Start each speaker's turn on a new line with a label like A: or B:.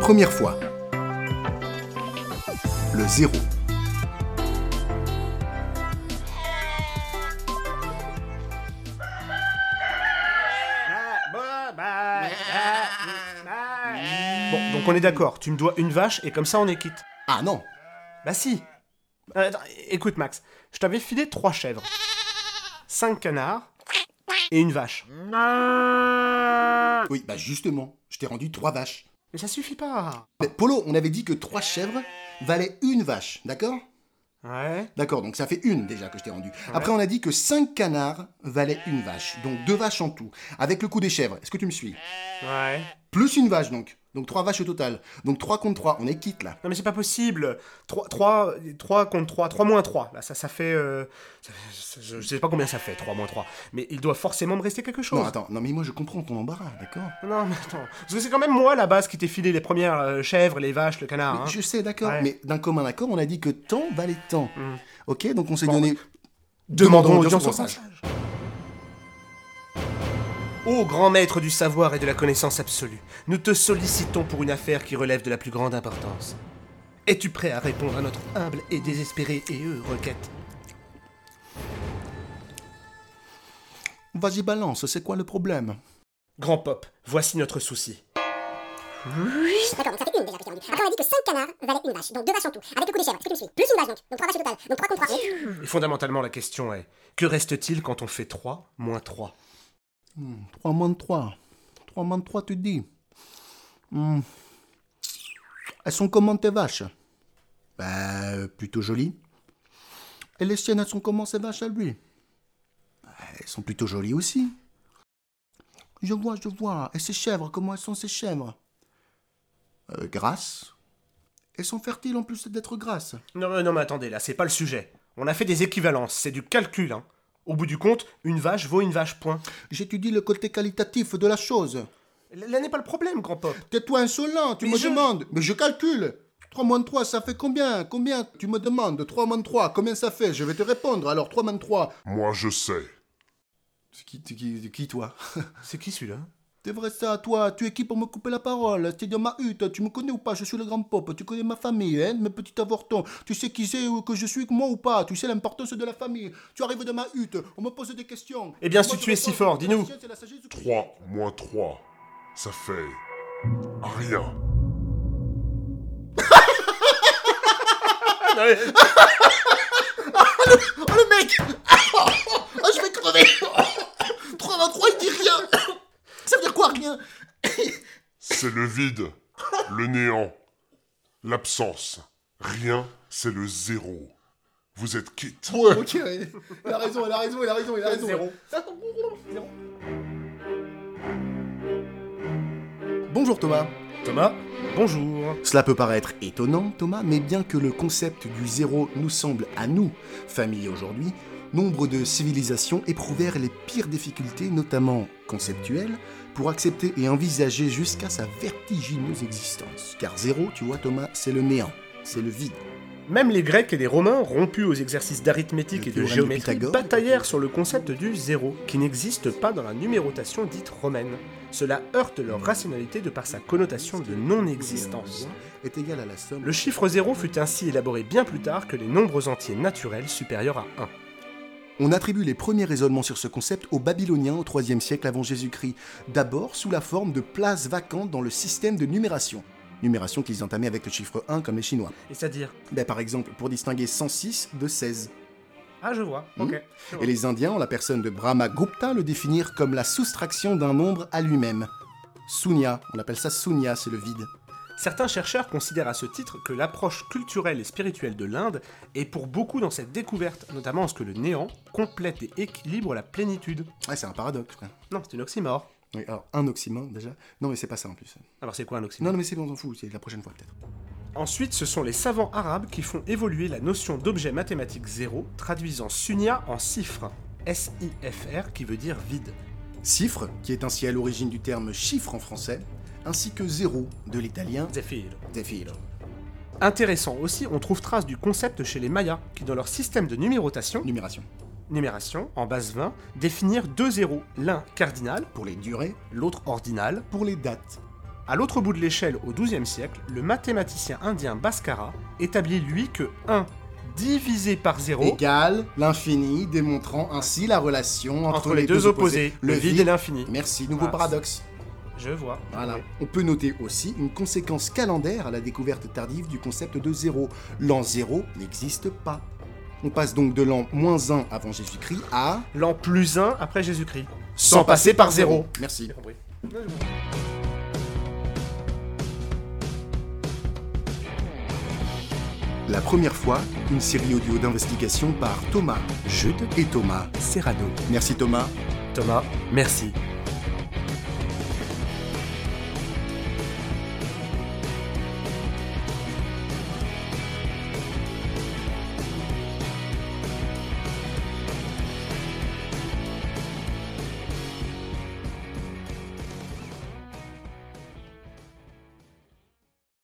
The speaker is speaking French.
A: première fois. Le zéro.
B: Bon, donc on est d'accord, tu me dois une vache et comme ça on est quitte.
A: Ah non
B: Bah si Euh, attends, Écoute Max, je t'avais filé trois chèvres, cinq canards et une vache.
A: Oui, bah justement, je t'ai rendu trois vaches.
B: Mais ça suffit pas
A: Mais Polo, on avait dit que trois chèvres valaient une vache, d'accord
B: Ouais,
A: D'accord, donc ça fait une déjà que je t'ai rendu. Après, on a dit que cinq canards valaient une vache, donc deux vaches en tout, avec le coup des chèvres. Est-ce que tu me suis
B: ouais...
A: Plus une vache donc. Donc trois vaches au total. Donc trois contre trois, on est quitte là.
B: Non mais c'est pas possible 3, 3, 3 contre 3, 3 moins 3, là ça, ça fait... euh, ça fait- ça- je, je sais pas combien ça fait, 3 moins 3, mais il doit forcément me rester quelque chose.
A: Non, attends, non mais moi je comprends ton embarras, d'accord
B: Non, mais attends, parce que c'est quand même moi la base qui t'ai filé les premières euh, chèvres, les vaches, le canard. hein.
A: Je sais, d'accord,
B: Ouais.
A: mais d'un commun accord, on a dit que temps valait temps. Ok, donc on s'est donné.
B: Demandons
A: aux gens
B: audience au passage. Ô grand maître du savoir et de la connaissance absolue, nous te sollicitons pour une affaire qui relève de la plus grande importance. Es-tu prêt à répondre à notre humble et désespérée et euh, requête
A: Vas-y, balance, c'est quoi le problème
B: Grand Pop, voici notre souci.
C: D'accord, donc ça fait une déjà que j'ai rendu. Après, on a dit que 5 canards valaient une vache, donc deux vaches en tout, avec le coup des chèvres. Est-ce que tu me suis Plus une vache donc, donc 3 vaches au total, donc 3 contre 3.
B: Et fondamentalement, la question est que reste-t-il quand on fait 3 moins 3
A: 3 moins de 3. 3 moins de 3, tu dis. Hmm. Elles sont comment tes vaches Bah, euh, plutôt jolies. Et les siennes, elles sont comment ces vaches à lui Bah, Elles sont plutôt jolies aussi. Je vois, je vois. Et ces chèvres, comment elles sont ces chèvres euh, Grasses. Elles sont fertiles en plus d'être grasses.
B: Non, mais- non, mais attendez, là, c'est pas le sujet. On a fait des équivalences, c'est du calcul, hein. Au bout du compte, une vache vaut une vache, point.
A: J'étudie le côté qualitatif de la chose.
B: L- Là n'est pas le problème, Grand Pop.
A: Tais-toi insolent, tu
B: Mais
A: me
B: je-
A: demandes. Mais je calcule. 3 moins 3, ça fait combien Combien Tu me demandes 3 moins 3, combien ça fait Je vais te répondre. Alors 3 moins 3.
D: Moi je sais.
A: C'est qui, c'est qui, c'est qui, toi
B: C'est qui celui-là
A: C'est vrai ça, toi Tu es qui pour me couper la parole T'es dans ma hutte, tu me connais ou pas Je suis le grand pop, tu connais ma famille, hein, mes petits avortons. Tu sais qui c'est ou que je suis, moi ou pas Tu sais l'importance de la famille. Tu arrives dans ma hutte, on me pose des questions.
B: Eh bien,
A: Moi,
B: si
A: je
B: tu es si
A: réponds,
B: fort,
A: c'est
B: dis-nous.
A: la science, c'est la sagesse du-
D: 3 moins 3, ça fait rien.
B: Ah,
A: Oh le mec Ah, je vais crever 3 moins 3, il dit rien Ça veut dire quoi, rien
D: C'est le vide, le néant, l'absence. Rien, c'est le zéro. Vous êtes quitte.
A: Ok, ouais. il a raison, il a raison, il a raison, il a raison.
B: Zéro.
A: Bonjour Thomas.
B: Thomas, bonjour.
A: Cela peut paraître étonnant Thomas, mais bien que le concept du zéro nous semble à nous familier aujourd'hui, nombre de civilisations éprouvèrent les pires difficultés, notamment conceptuelles, pour accepter et envisager jusqu'à sa vertigineuse existence. Car zéro, tu vois Thomas, c'est le néant, c'est le vide.
B: Même les Grecs et les Romains, rompus aux exercices d'arithmétique
A: Le
B: et de
A: théorème de
B: géométrie,
A: Pythagore.
B: bataillèrent sur le concept du zéro, qui n'existe pas dans la numérotation dite romaine. Cela heurte leur rationalité de par sa connotation de non-existence.
A: Est égal à la somme.
B: Le chiffre zéro fut ainsi élaboré bien plus tard que les nombres entiers naturels supérieurs à 1.
A: On attribue les premiers raisonnements sur ce concept aux Babyloniens au IIIe siècle avant Jésus-Christ, d'abord sous la forme de places vacantes dans le système de numération. Numération qu'ils entamaient avec le chiffre 1 comme les Chinois.
B: Et c'est-à-dire
A: Ben, par exemple, pour distinguer 106 de 16.
B: Ah, je vois.
A: Hmm.
B: Ok. Je vois.
A: Et les Indiens, en la personne de Brahma-Gupta, le définirent comme la soustraction d'un nombre à lui-même. Sunya, on appelle ça Sunya, c'est le vide.
B: Certains chercheurs considèrent à ce titre que l'approche culturelle et spirituelle de l'Inde est pour beaucoup dans cette découverte, notamment en ce que le néant complète et équilibre la plénitude.
A: Ah, c'est un paradoxe. quoi.
B: Non, c'est une oxymore.
A: Oui, alors, un oxymore déjà. Non, mais c'est pas ça en plus.
B: Alors c'est quoi un oxymore
A: Non, non, mais c'est bon, on s'en fout, c'est la prochaine fois peut-être.
B: Ensuite, ce sont les savants arabes qui font évoluer la notion d'objet mathématique zéro, traduisant sunya en cifre, S-I-F-R, qui veut dire vide.
A: Cifre, qui est ainsi à l'origine du terme chiffre en français, ainsi que zéro de l'italien
B: Zephyr.
A: zephyr.
B: Intéressant aussi, on trouve trace du concept chez les Mayas, qui dans leur système de numérotation,
A: Numération.
B: numération, en base 20, définirent deux zéros, l'un cardinal,
A: Pour les durées,
B: l'autre ordinal,
A: pour les dates.
B: À l'autre bout de l'échelle, au XIIe siècle, le mathématicien indien Bhaskara établit lui que 1 divisé par 0
A: Égale l'infini, démontrant ainsi la relation entre, les, deux opposés,
B: le vide et l'infini.
A: Merci, nouveau
B: Ah,
A: paradoxe.
B: Je vois.
A: Voilà.
B: Oui.
A: On peut noter aussi une conséquence calendaire à la découverte tardive du concept de zéro. L'an zéro n'existe pas. On passe donc de l'an moins 1 avant Jésus-Christ à...
B: L'an plus 1 après Jésus-Christ. Sans passer par 0.
A: Merci. La première fois, une série audio d'investigation par Thomas Jude et Thomas Serrano. Merci Thomas.
B: Thomas, merci.